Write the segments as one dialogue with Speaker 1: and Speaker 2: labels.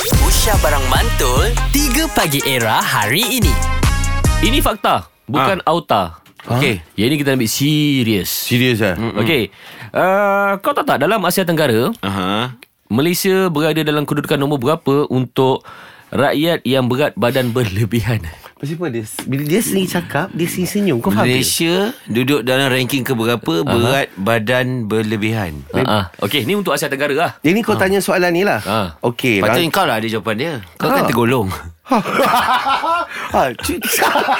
Speaker 1: Aisyah Barang Mantul 3 Pagi Era hari ini
Speaker 2: Ini fakta Bukan auta
Speaker 3: Okey.
Speaker 2: Yang ini kita ambil Ah. serius Hmm.
Speaker 3: Serius eh? Mm.
Speaker 2: Okey uh, Kau tahu tak dalam Asia Tenggara
Speaker 3: Aha.
Speaker 2: Malaysia berada dalam kedudukan nombor berapa Untuk rakyat yang berat badan berlebihan
Speaker 3: Pasal apa dia?
Speaker 4: Bila dia sendiri cakap Dia sendiri senyum Kau faham tak?
Speaker 3: Malaysia duduk dalam ranking keberapa berat badan berlebihan.
Speaker 2: uh-huh. Okey ni untuk Asia Tenggara lah
Speaker 4: Jadi
Speaker 3: Ah.
Speaker 4: kau tanya soalan ni lah
Speaker 2: Ha.
Speaker 4: Okey
Speaker 3: Patutnya
Speaker 4: Patut
Speaker 3: kau lah ada jawapan dia. Kau kan
Speaker 4: Ha.
Speaker 2: Ah.
Speaker 3: tergolong.
Speaker 4: ha, cu-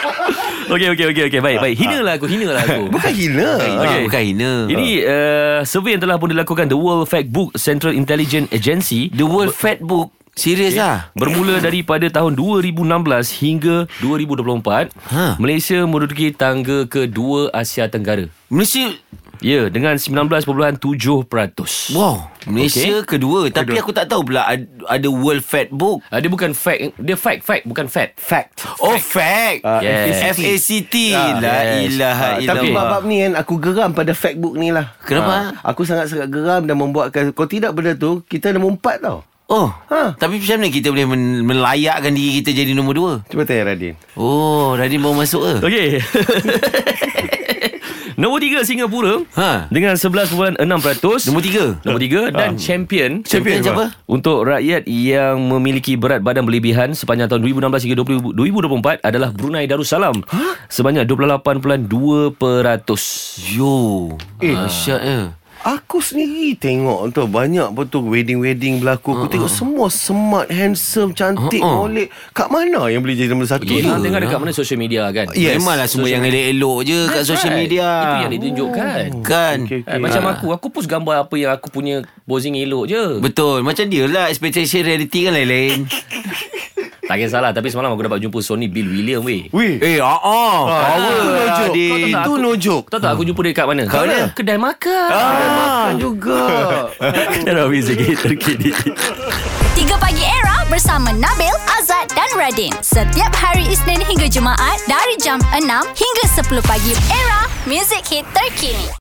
Speaker 2: Okey okey okey okey baik baik hinalah aku hinalah aku
Speaker 4: Bukan hina
Speaker 3: Okay. Bukan hina.
Speaker 2: Ini uh, survey yang telah pun dilakukan The World Factbook Central Intelligence Agency
Speaker 3: The World Fat Book. Serius lah.
Speaker 2: Bermula daripada tahun 2016 hingga 2024,
Speaker 3: Ha.
Speaker 2: Malaysia menduduki tangga kedua Asia Tenggara.
Speaker 3: Malaysia
Speaker 2: Ya, dengan 19.7%.
Speaker 3: Wow Malaysia okay. kedua Tapi aku tak tahu pula Ada, ada World Fat Book
Speaker 2: Uh, dia bukan fact, dia fact, fact, bukan fat.
Speaker 4: Fact
Speaker 3: Oh fact
Speaker 4: Ah,
Speaker 2: Yes.
Speaker 3: FACT
Speaker 4: Ah,
Speaker 3: La
Speaker 2: yes.
Speaker 3: ilaha
Speaker 4: Ha,
Speaker 3: illallah
Speaker 4: tapi bab-bab ni kan Aku geram pada factbook ni lah
Speaker 3: Kenapa?
Speaker 4: ha, Aku sangat-sangat geram Dan membuatkan Kalau tidak benda tu Kita nombor empat tau
Speaker 3: Oh
Speaker 4: Ha.
Speaker 3: Tapi macam mana kita boleh men- Melayakkan diri kita Jadi nombor dua
Speaker 4: Cuba tanya Radin
Speaker 3: Oh Radin baru masuk ke
Speaker 2: Okey. Nombor tiga Singapura
Speaker 3: Ha.
Speaker 2: dengan 11.6%.
Speaker 3: Nombor tiga
Speaker 2: Nombor tiga dan champion.
Speaker 3: Ah. Champion siapa?
Speaker 2: Untuk rakyat yang memiliki berat badan berlebihan sepanjang tahun 2016 hingga 20, 2024 adalah Brunei Darussalam. Huh? Sebanyak 28.2%.
Speaker 3: Yo Eh Asyik eh
Speaker 4: Aku sendiri tengok tu Banyak betul Wedding-wedding berlaku Aku tengok semua Smart, handsome, cantik,
Speaker 3: Uh-uh.
Speaker 4: molek Kat mana yang boleh jadi nombor satu
Speaker 2: Okay,
Speaker 4: tu?
Speaker 2: yeah. tengok dekat mana social media kan?
Speaker 4: Yes.
Speaker 3: Memanglah semua yang elok-elok je Kat social media
Speaker 2: Itu yang ditunjukkan.
Speaker 3: Kan
Speaker 4: Okay, okay.
Speaker 2: Eh, macam aku, aku post gambar apa yang aku punya posing elok je.
Speaker 3: Betul Macam dia lah Expectation reality kan lain-lain
Speaker 2: tak kisahlah, tapi semalam aku dapat jumpa Sony Bill William weh.
Speaker 4: Weh
Speaker 3: Eh ah ah Power
Speaker 4: Itu
Speaker 3: lah, Radin.
Speaker 4: no joke Itu no joke
Speaker 2: Tahu tak aku jumpa dia kat mana? Kat
Speaker 3: mana? Ah,
Speaker 2: Kedai makan.
Speaker 3: Makan juga
Speaker 2: Kita dah habis lagi terkini.
Speaker 5: 3 Pagi Era bersama Nabil, Azad dan Radin. Setiap hari Isnin hingga Jumaat dari jam 6 hingga 10 pagi. Era, music hit terkini.